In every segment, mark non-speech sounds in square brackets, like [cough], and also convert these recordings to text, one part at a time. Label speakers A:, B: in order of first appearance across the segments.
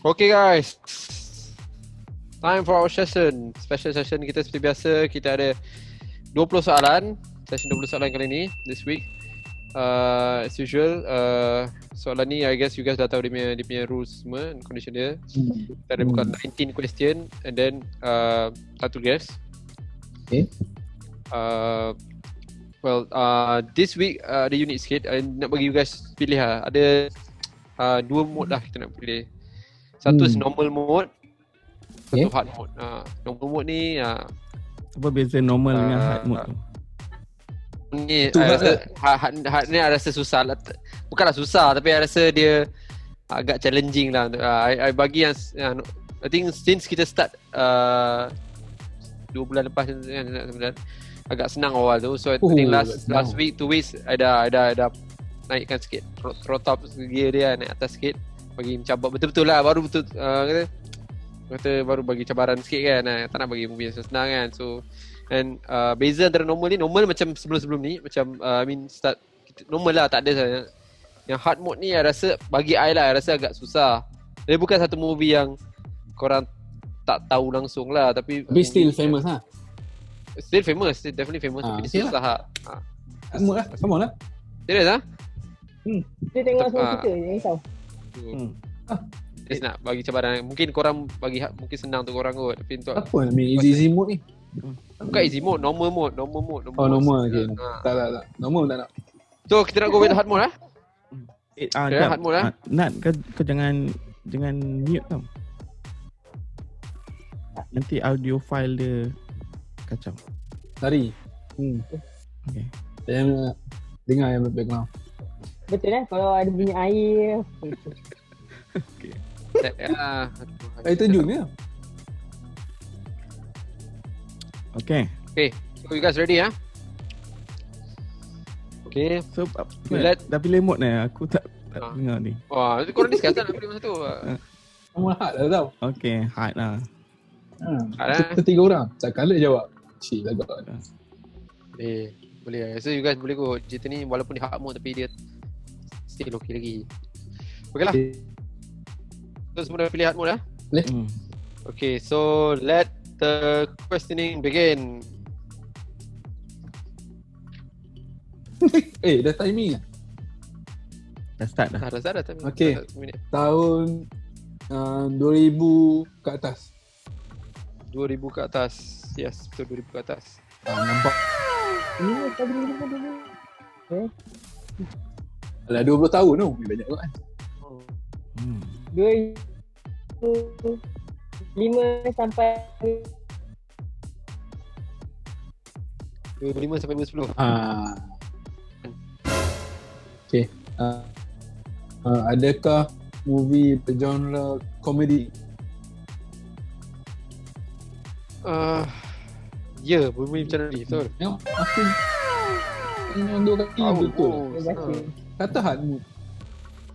A: Okay guys. Time for our session. Special session kita seperti biasa kita ada 20 soalan. Session 20 soalan kali ni this week. Uh, as usual uh, soalan ni I guess you guys dah tahu dia punya, dia punya rules semua and condition dia.
B: Hmm.
A: Kita ada
C: Hmm.
A: bukan 19 question and then uh, satu guess.
C: Okay.
A: Uh, well, uh, this week uh, ada unik sikit. I nak bagi you guys pilih lah. Ada uh, dua mode lah kita nak pilih. Satu is
C: Hmm.
A: normal mode. Satu
C: Okay.
A: hard mode. Uh, normal mode ni uh,
B: Apa beza normal dengan
A: Ah.
B: hard mode tu?
A: ni
C: Tu
A: I
C: hard lah.
A: rasa hard, hard, hard ni I rasa susah lah. T- Bukanlah susah tapi I rasa dia agak challenging lah. Uh, I, I bagi yang uh, s- yang- I think since kita start uh, dua bulan lepas kan nak sebenarnya agak senang awal tu. So I
C: Oh,
A: think last
C: senang.
A: last week two weeks I dah I dah, I dah naikkan sikit Throt- throttle up gear dia naik atas sikit bagi mencabar betul-betul lah baru betul uh, kata kata baru bagi cabaran sikit kan uh, tak nak bagi movie yang senang kan so and uh, beza antara normal ni normal macam sebelum-sebelum ni macam uh, I mean start kita- normal lah tak ada sangat yang hard mode ni I rasa bagi I lah I rasa agak susah dia bukan satu movie yang korang tak tahu langsung lah tapi
C: Tapi still
A: movie-
C: famous lah.
A: Still famous, still definitely famous
C: Ah,
A: tapi dia
C: okay
A: susah lah. Ha.
C: Sama lah, sama lah.
A: Serius ah?
D: Dia tengok
A: Tak-
D: semua
A: ah.
D: cerita je, jangan risau.
B: Hmm.
A: Just nak bagi cabaran. Mungkin korang bagi hak- mungkin senang untuk korang kot. Tapi untuk
C: Apa nak main easy easy mode ni?
A: bukan easy mode, normal mode, normal mode, normal.
C: Ah. Oh,
A: mode.
C: normal, okay.
A: Ha.
C: Tak, tak, tak. Normal tak nak.
A: So kita nak go with hard mode lah.
B: Eh, ah,
A: Ya, hard mode lah.
B: Ah, Nat, kau, kau jangan jangan mute tau. Nanti audio file dia kacau.
C: Lari. Hmm.
B: Okay.
C: Saya nak dengar yang background.
D: Betul lah, kalau ada bunyi air.
C: [laughs]
A: Ah,
C: Air terjun ke?
B: Okay.
A: Okay, so you guys ready ah? Okay.
B: So, apa,
A: Let-
B: dah pilih mode ni? Aku tak, tak
A: Ah.
B: dengar ni.
A: Wah, nanti korang discuss lah nak pilih masa tu. Ah,
C: Sama hard lah tau.
B: Okay, hard lah.
C: Ha.
A: Hard lah.
C: Kita tiga orang. Tak kalah jawab. Cik lah kot.
A: Boleh, boleh. lah. So you guys boleh go. Cerita ni walaupun dia hard mode tapi dia still okay lagi. Okay lah. So semua dah pilih hard mode lah.
B: Hmm.
A: Okay, so let the questioning begin.
C: Eh, dah timing lah.
B: Dah start dah.
A: Dah Ah, dah dah time.
C: Okay.
A: Dah, satu minit.
C: Tahun uh, 2000 ke atas.
A: 2000 ke atas. Yes, betul 2000 ke atas.
C: Ha, nampak.
D: Ini tak boleh dengar dulu.
C: Alah, 20 tahun tu. Banyak kot kan.
B: Hmm.
D: Dua lima sampai
A: 2005 sampai 2010.
C: Ha. Okay. Uh, uh, adakah movie bergenre komedi?
A: Uh, ya, yeah, bumi macam ni. Betul.
C: Tengok, aku Yang dua kaki
A: Tahu.
C: Hmm, betul
A: Oh,
D: dia baca.
A: senang.
C: Kata hard move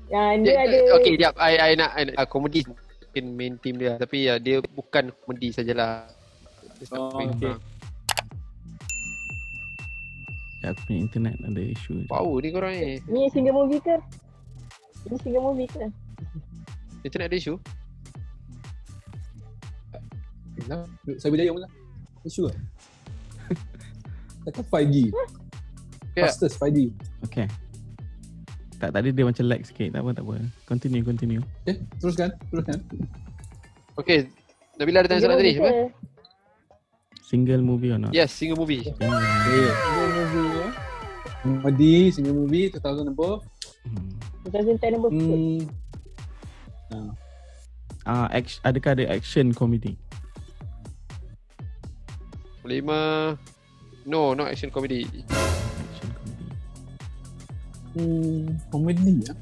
D: Yang dia
A: Dia-
D: ada
A: Okay, jap. I, I nak, I nak uh, komedi mungkin main team dia. Tapi ya, dia bukan komedi sajalah. Dia
C: Oh,
A: sampai-
C: okay.
A: Ah.
B: Ya, aku punya internet ada isu.
A: Power ni korang ni.
D: ni single movie ke? Ini single movie ke?
A: Internet ada isu?
C: Kenapa? lah. Saya berjaya pula Isu
D: [laughs]
C: lah Kata 5G
A: Ya.
C: Fastest 5G
B: Okay. Tak, tadi dia macam lag sikit. Tak apa, tak apa. Continue, continue.
C: Okay, Eh, teruskan Teruskan
A: Okay. Nabila ada tanya
D: Single
A: soalan tadi?
D: movie
A: apa?
D: ke?
B: Single movie or not?
A: Yes, single movie.
B: Single movie.
C: Okay
D: Single movie ya.
C: Comedy, single movie, 2000 above
B: Hmm.
D: 2010 number four.
C: Hmm
B: Ah, action, adakah ada action comedy?
A: Lima. No, not action comedy.
B: Action comedy.
C: Hmm, komedi lah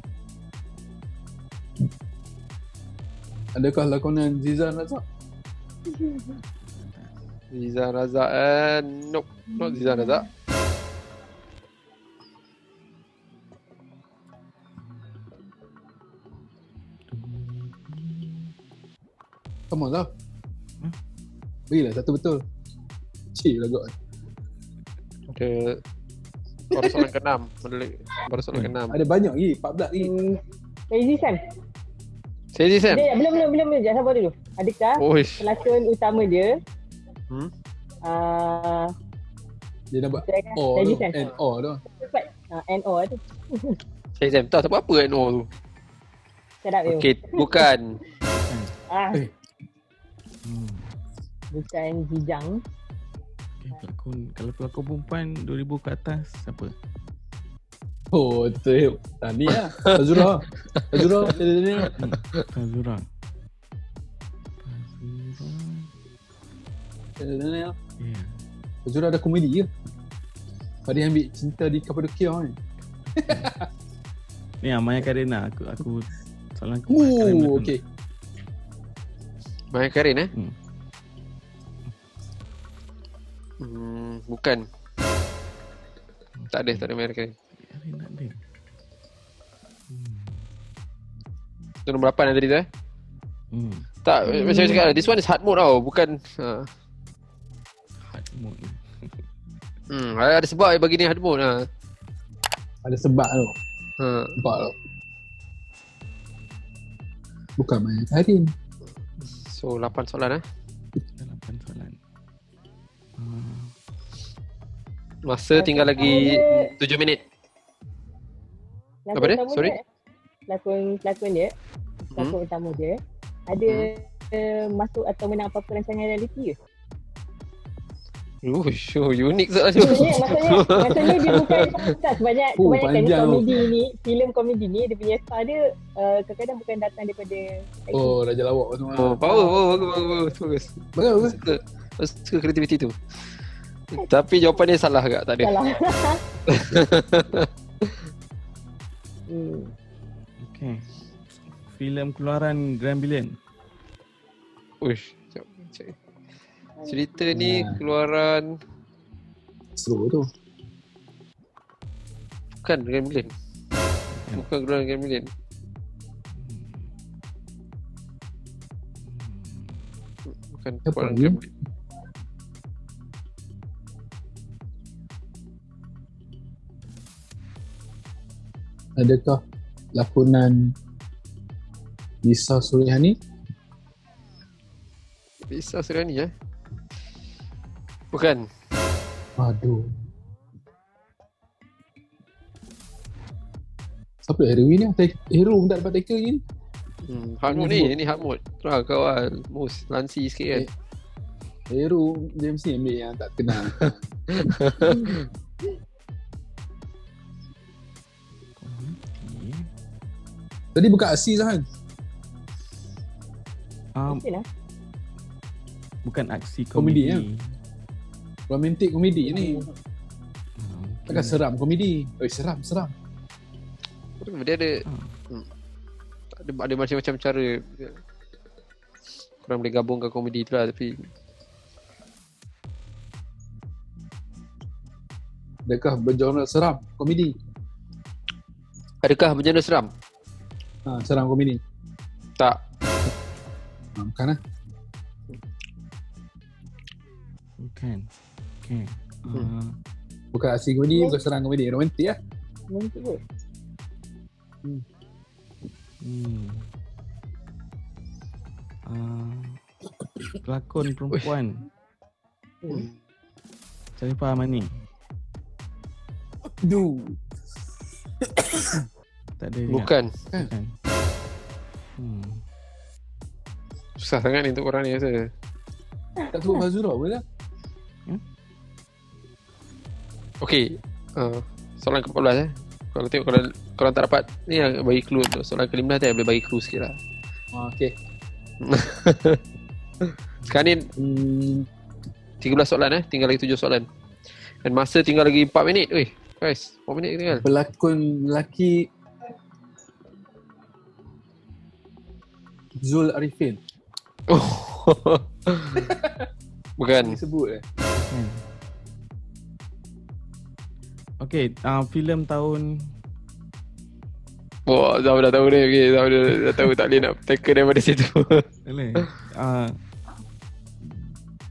C: Adakah lakonan Zizan Razak?
A: Zizan Razak eh, Nope Not Zizan Razak
C: Come on lah
B: Hmm?
C: Berilah satu betul Cik lah kot
A: Ada Baru soalan ke-6. Baru soalan ke-6.
C: Ada banyak lagi, 14 lagi.
D: Hmm, Crazy Sam.
A: Saya je, Sam.
D: Dia, belum, belum, belum, belum. Jangan sabar dulu. Adakah
A: Oish.
D: pelakon utama dia
A: Hmm?
D: uh,
C: Dia dah buat
D: Crazy
C: O tu,
D: Sam.
C: Oh, and O tu.
D: Cepat. Uh, NO tu.
A: Saya Sam. Tak sebab apa kan no tu.
D: Shut up you.
A: Okay, bukan.
D: Ah,
C: Eh.
B: Hmm.
D: bukan Jijang.
B: Okay, pelakon, kalau pelakon perempuan 2000 ke atas, siapa?
C: Oh, betul. Ah, ni lah. Azura. Azura. [laughs] Dia dia- dia.
B: Hmm, Tazura.
C: Dia-
B: Tazura.
C: dia- dia.
B: Ya.
C: Azura ada komedi ke? Fadi ambil cinta di Kapadokia ni.
B: Ni Amaya Karina. Aku aku soalan aku. Maya
C: Oh,
B: Karina aku
C: okay.
A: Maya Karin eh?
B: Hmm.
A: Hmm, bukan.
B: nak-
A: Tak ada, tak ada Maya Karin.
B: Karina ada. Hmm.
A: Tu nombor 8 tadi tu eh?
B: Hmm.
A: Tak,
D: Hmm.
A: macam saya cakap lah, this one is hard mode tau. Bukan. Ha.
B: Hard mode ni.
A: Hmm, ada sebab bagi ni hard mode ha.
C: Ada sebab tu.
A: ha.
C: Sebab tu. Bukan main Karin.
A: So, 8 soalan eh.
B: Dah 8 soalan. Ah,
A: Masa tinggal lagi
D: Ada-
A: 7 minit.
D: Pelakon
A: Apa dia?
D: utama
A: Sorry?
D: dia- Pelakon, pelakon dia.
C: Hmm.
D: Pelakon utama dia. Ada uh, masuk atau menang apa-apa rancangan reality
C: [laughs]
D: ke?
A: Ooh, sure. Unik soalan tu.
D: Maksudnya,
C: [laughs]
D: maksudnya, maksudnya dia bukan tak sebanyak
C: Oh,
D: kebanyakan ni
C: panjang tu.
D: komedi ni, filem komedi ni dia punya star dia uh, kadang-kadang bukan datang daripada
C: Oh, Raja Lawak tu.
A: [laughs] Oh, power, power, bagus, bagus, bagus. Aku
C: Bagus.
A: suka, aku suka kreativiti tu. Tapi jawapan dia salah agak, tak ada.
C: [laughs]
D: salah. hmm.
B: okay. Filem keluaran Grand Billion.
A: Uish. jap, jap. Cerita ni
C: Ya.
A: keluaran
C: Slow tu.
A: bukan Gremlin.
C: Ya.
A: Bukan keluaran Gremlin. Bukan
C: Apa
A: keluaran
C: ni?
A: Gremlin.
C: Adakah lakonan Lisa Suryani?
A: Lisa Suriani eh. Bukan.
C: Aduh. Siapa heroin ni? Tek- Hero pun tak dapat tackle ni.
A: Hmm, hard mode ni, ni hard mode. Terah kau lah, mus, lansi sikit kan.
C: Hero James ni ambil yang tak kenal.
B: Komedi.
C: [laughs] Tadi buka aksi lah kan? Um.
B: Ah,
D: Mungkin lah.
B: bukan aksi
C: Komedi,
B: komedi.
C: ya? Romantic komedi ni.
B: Ah,
C: Takkan
B: Takkan
C: seram komedi. Oi, seram, seram.
A: Dia ada
B: Ah.
A: hmm. ada, ada macam-macam cara Korang boleh gabungkan komedi tu lah Tapi
C: Adakah bergenre seram komedi?
A: Adakah berjana seram?
C: Ha, seram komedi.
A: Tak
C: Ha, bukan lah.
B: Bukan. Okay.
A: Hmm.
B: Ah,
C: Bukan aksi komedi, bukan seram komedi. Romantik lah.
D: Mungkin kot.
B: hmm. Ah, pelakon perempuan.
D: Hmm.
B: Sharifah Amani.
C: Aduh.
B: Tak ada juga.
A: Bukan
B: Bukan. Hmm.
A: Susah sangat ni untuk korang ni rasa
C: Tak sebut Fazura pun lah.
A: Okay uh, Soalan ke-14 eh Kalau tengok korang, korang tak dapat Ni yang bagi clue untuk soalan ke-15 tu yang Boleh bagi clue sikit lah
C: Ha, okay.
A: Sekarang ni
C: Hmm,
A: 13 soalan eh Tinggal lagi 7 soalan Dan masa tinggal lagi 4 minit Weh guys 4 minit tinggal
C: pelakon lelaki Zul Arifin.
A: oh. [laughs] Bukan
C: Ni sebut eh.
B: Kan. Okay, uh, filem tahun
A: Wah, Zaf dah tahu ni. Okay, Zaf dah, dah tahu tak boleh nak tackle daripada [laughs] situ.
B: Boleh. Uh,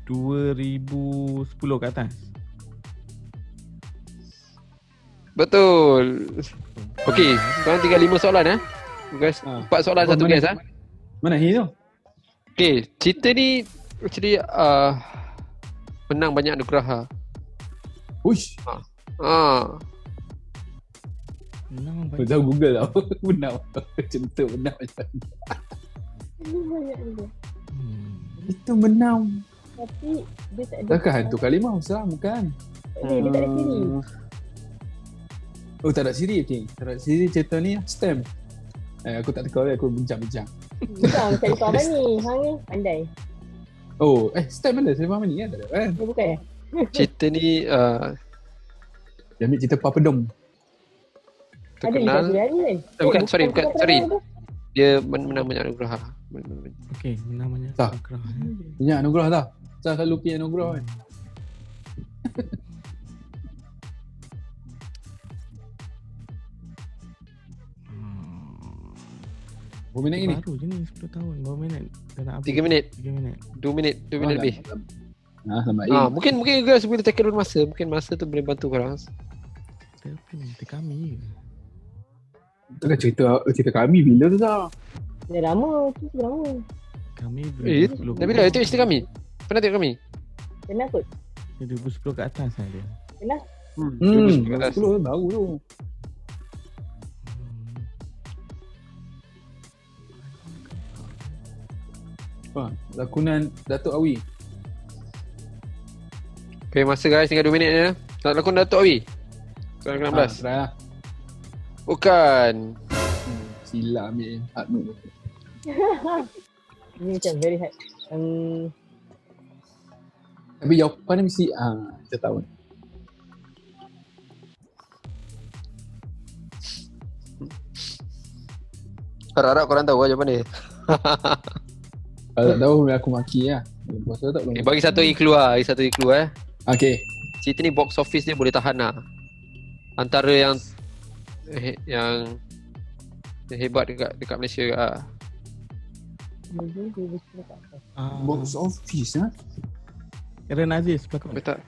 B: 2010 ke atas.
A: Betul. Okey, sekarang tinggal lima soalan eh. Guys,
C: Ha.
A: empat soalan
C: Apa,
A: satu
C: mana-
A: guys ah.
C: Mana he tu?
A: Okey, cerita ni actually uh, menang banyak anugerah.
C: Uish,
A: Ha. Ah.
B: Memang
C: aku
B: baik.
C: tahu Google tau. [laughs] Benar. Cinta benar macam ni.
D: Banyak benda.
B: Hmm.
C: Itu benar.
D: Tapi dia tak ada.
C: Takkan hantu Hmm. kalimah Usah bukan. Eh,
D: Dia, dia tak ada siri.
C: Oh tak ada siri okay. Tak ada siri cerita ni stem. Eh, aku tak teka dia, aku bincang-bincang.
D: Bukan macam Lipa Abani. Hang ni pandai.
C: Oh, eh stem mana? Saya faham ni kan? Tak ada kan?
D: Dia bukan eh?
A: Cerita ni uh,
C: Dia ambil cerita Papadom.
D: Ada Lipa
A: terkenal.
D: Abani kan?
A: Eh, bukan, sorry, bukan, sorry.
D: Apa?
A: Dia men- menang banyak anugerah. ah. Men- men- men-
B: Okey, menang banyak
C: Tak.
B: anugerah.
C: Punya anugerah dah. Saya selalu pergi anugerah kan.
B: Hmm.
C: Berapa minit ni?
B: Baru je ni 10 tahun. Berapa minit? Dah nak
A: Tiga minit.
B: 3 minit.
A: Dua minit, dua minit lebih.
C: Ha, selamat
A: Ah,
C: ha.
A: mungkin mungkin guys boleh tackle dulu masa. Mungkin masa tu boleh bantu korang.
B: Tapi kita kami je.
C: Takkan kan cerita cerita kami bila tu dah.
D: Dah lama. Tu sudah lama.
B: Kami
A: Eh,
B: 2010
A: Nabila, itu cerita kami. Pernah tengok kami?
D: Kenal kot.
B: Dia 2010 ke atas lah dia.
C: Hmm,
A: 2019.
C: 10 tu baru tu.
B: Hmm.
C: Ha, lakonan Datuk Awi.
A: Okay, masa guys tinggal 2 minit je. Nak lakon Datuk Awi. Soalan
C: Ha,
A: ke-16.
C: try lah.
A: Bukan.
C: Sila ambil hak tu.
D: Ini macam very hard. Um,
C: Tapi jawapan dia mesti ah ha, kita tahu.
A: Harap-harap korang tahu lah jawapan dia.
C: Kalau tak tahu boleh aku maki lah. Lepas tu tak boleh.
A: Okay, Eh, bagi satu lagi keluar. Bagi satu lagi keluar eh.
C: Okey.
A: Cerita ni box office dia boleh tahan lah. Antara yang eh, yang yang hebat dekat dekat Malaysia ah.
D: Mungkin dia bersuara kat atas.
B: Ah,
C: Box office ha?
B: Aaron Aziz pelakon.
A: Betul tak?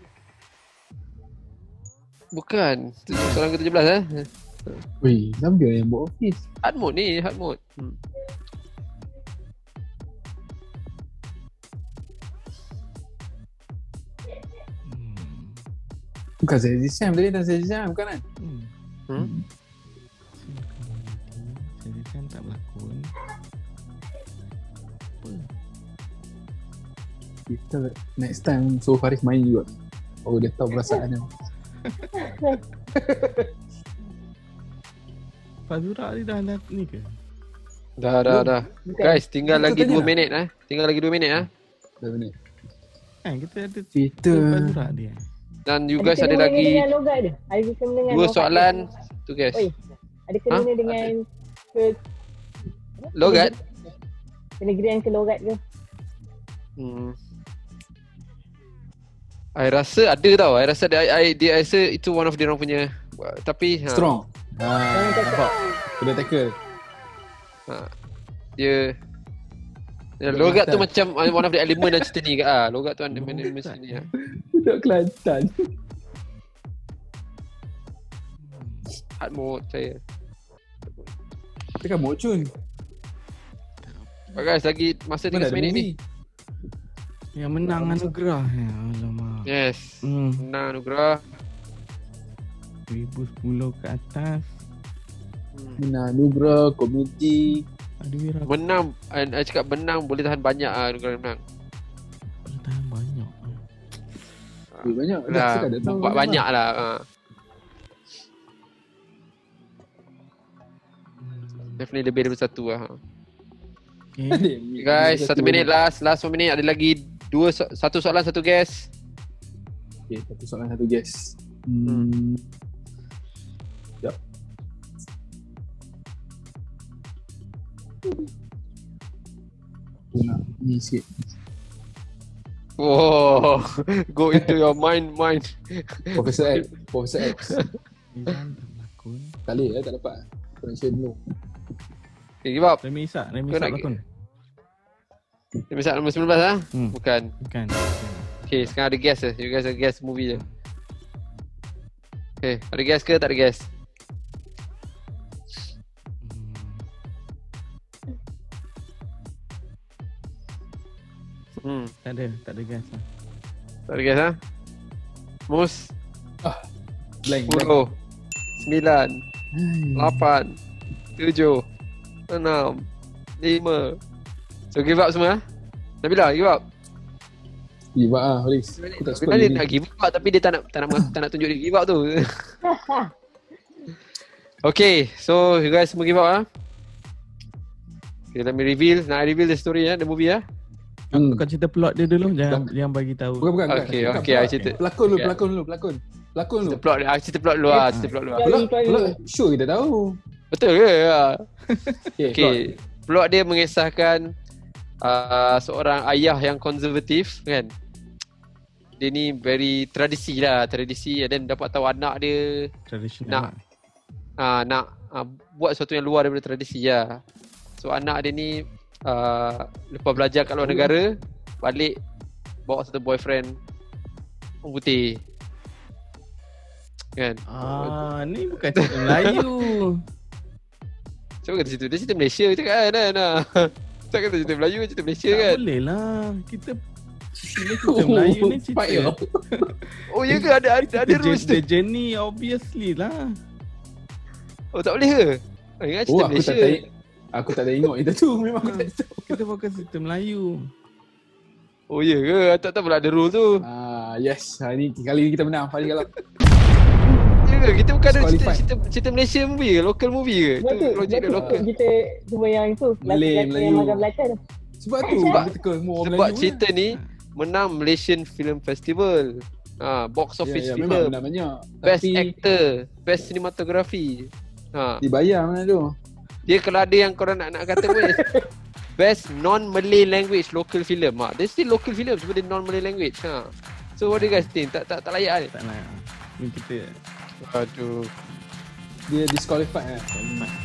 A: Bukan. Tu Soalan ke-17 eh.
C: Weh, sama dia yang box office.
A: Hard mode ni, hard mode. Hmm.
B: Hmm.
C: Bukan saya Sam tadi dan saya Sam bukan kan?
B: Hmm.
A: Hmm?
B: Saya komedi. Saya kan tak berlakon. Apa?
C: Kita next time suruh Faris main juga. Oh dia tahu perasaan dia.
B: Fazura ni dah nak ni ke?
A: Dah dah dah.
D: Bukan.
A: Guys, tinggal
C: Kita
A: lagi
C: tanya
A: 2
C: lah.
A: minit eh. Tinggal lagi 2 minit eh.
C: Dah benar.
B: Kan kita ada
C: Cerita
B: Fazura eh? dia.
A: Dan you guys ada
D: kena mengena
A: lagi
D: dengan logat dia. Ada kena dengan
A: dua
D: logat dia.
A: soalan tu guys.
D: Oi. Ada kena
A: Ha?
D: dengan ke
A: Logat.
D: Penegrian ke logat ke?
A: Hmm. I rasa ada tau. I rasa ada, I, I, dia, I rasa itu one of dia orang punya. Uh, Tapi ha,
C: strong. Ha,
D: Jangan
C: nampak.
D: cakap.
C: Kena tackle.
A: dia Ya,
C: Dia
A: logat tu
C: mental.
A: macam uh, one of the element dalam cerita ni ke ah. Logat tu ada
B: Logat.
A: elemen cerita ni. ah.
C: Budak Kelantan.
A: Hard mode saya.
C: Dia kan mocun.
A: But guys lagi masa
C: Mana
A: 30
C: ada
A: minit ni.
C: movie?
B: Yang menang anugerah. Ya, alamak.
A: Yes.
B: Hmm.
A: Menang anugerah.
B: 2010 ke atas.
A: Hmm.
C: Mana Nugra, komedi.
B: Ada wira aku
A: Menang and I cakap menang boleh tahan banyak ah anugerah menang.
B: tahan banyak.
C: Weh, Banyak. Dah,
A: Lah,
C: saya dah tahu.
A: buat banyak lah. ah.
B: Hmm.
A: Definitely lebih daripada satu lah.
B: Okay.
C: Ada.
A: Guys, satu minit lah. last. Last one minute. Ada lagi dua so- satu soalan, satu guess.
C: Okay, satu soalan satu guess. Hmm. Sekejap. Aku nak ni sikit.
A: Wow. [laughs] Go into your mind, mind.
C: Profesor X. Profesor X.
B: Izan tak berlakon.
C: tak boleh eh, tak dapat. Connection dulu.
A: Okay, give up.
B: Remy Isak. Remy
A: Kau
B: Isak
A: nak-
B: berlakon.
A: Misal nombor 19 lah.
B: Hmm.
A: Bukan.
B: Bukan.
A: eh. Okay, sekarang ada guess je. You guys ada guess movie je. Okay, ada guess ke tak ada guess? Hmm,
B: Tak ada, tak ada gas lah.
A: tak ada guess ha? Mus,
C: Blank, blank.
A: 10, 9, Hmm. 8, 7, 6, 5. So give up semua ha? Nabila, give up.
C: Give up lah, Haris. Aku tak suka
A: Nabila dia
C: ni.
A: nak give up tapi dia tak nak tak nak, tak nak tunjuk dia give [laughs] up tu. okay, so you guys semua give up ah. Okay, let me reveal. Nak I reveal the story ya, the movie ya.
C: Hmm.
B: Kau cerita plot dia dulu, jangan jangan bagi tahu.
C: Bukan, bukan. bukan.
A: Okay,
C: Bukan,
A: okay, I
C: bukan.
A: cerita.
C: Pelakon dulu,
A: Okay.
C: pelakon dulu, pelakon. Pelakon dulu.
A: Cerita plot dia, ah, cerita plot dulu ah, cerita plot dulu. ah.
C: Pelak,
D: Pelakon.
C: pelak, sure kita tahu.
A: Betul ke? Ah.
C: Okay, [laughs]
A: Okay. Plot dia mengisahkan uh, seorang ayah yang konservatif kan. Dia ni very tradisi lah, tradisi and then dapat tahu anak dia
B: Traditional.
A: Nak. uh, nak uh, buat sesuatu yang luar daripada tradisi lah. So anak dia ni uh, lepas belajar kat luar negara, balik bawa satu boyfriend orang putih. Kan?
B: Ah, ni bukan
C: [laughs]
B: cerita Melayu.
A: Cuba kata cerita, dia cerita Malaysia cakap kan kan. ah. [laughs] Tak kata cerita Melayu, cerita Malaysia
B: tak
A: kan.
B: boleh lah.
C: [laughs]
B: Kita Kita
C: Oh,
B: cerita Melayu ni
C: fight you.
B: cerita.
A: Oh ya ke ada ada, ada
B: The,
A: rules
B: jour- the
A: tu?
B: journey obviously lah.
A: Oh tak boleh ke? Oh, ingat
C: Oh,
A: cerita
C: aku
A: Malaysia.
C: tak tahu. Aku tak ada ingat itu tu. Memang aku
A: [laughs]
C: tak tahu.
B: Hmm. Kita fokus cerita Melayu.
A: Oh ya ke? Aku Tak tahu pula ada rule tu.
C: Ah, yes. Hari ni kali ni kita menang. Hari kalau
A: Ya ke? Kita bukan ada cerita,
C: Disqualified.
A: cerita cerita Malaysia movie ke? Local movie ke?
D: Sebab
A: Itu
D: tu,
A: logik dia
D: sebab tu
A: local.
D: kita semua yang itu
C: Malay,
D: Pelakon-pelakon yang
C: Melayu.
D: makan Belakang tu
C: sebab tu
A: Sebab-
C: kita call semua orang
A: Sebab
C: Melayu eh.
A: cerita ni menang Malaysian Film Festival. Ha, box
C: lah.
A: office
C: ya, ya,
A: film,
C: memang benar banyak.
A: best
C: Tapi
A: actor, best cinematography. Ha,
C: dibayar mana tu?
A: dia kalau ada yang korang nak nak kata weh. best non Malay language local film. Ha, dia still local film sebab dia non Malay language. Ha. So what do you guys think? Tak tak tak layak ni.
B: Tak nak. Ni kita
A: Aduh.
C: Dia disqualified lah.
B: tak nak.
C: Hmm.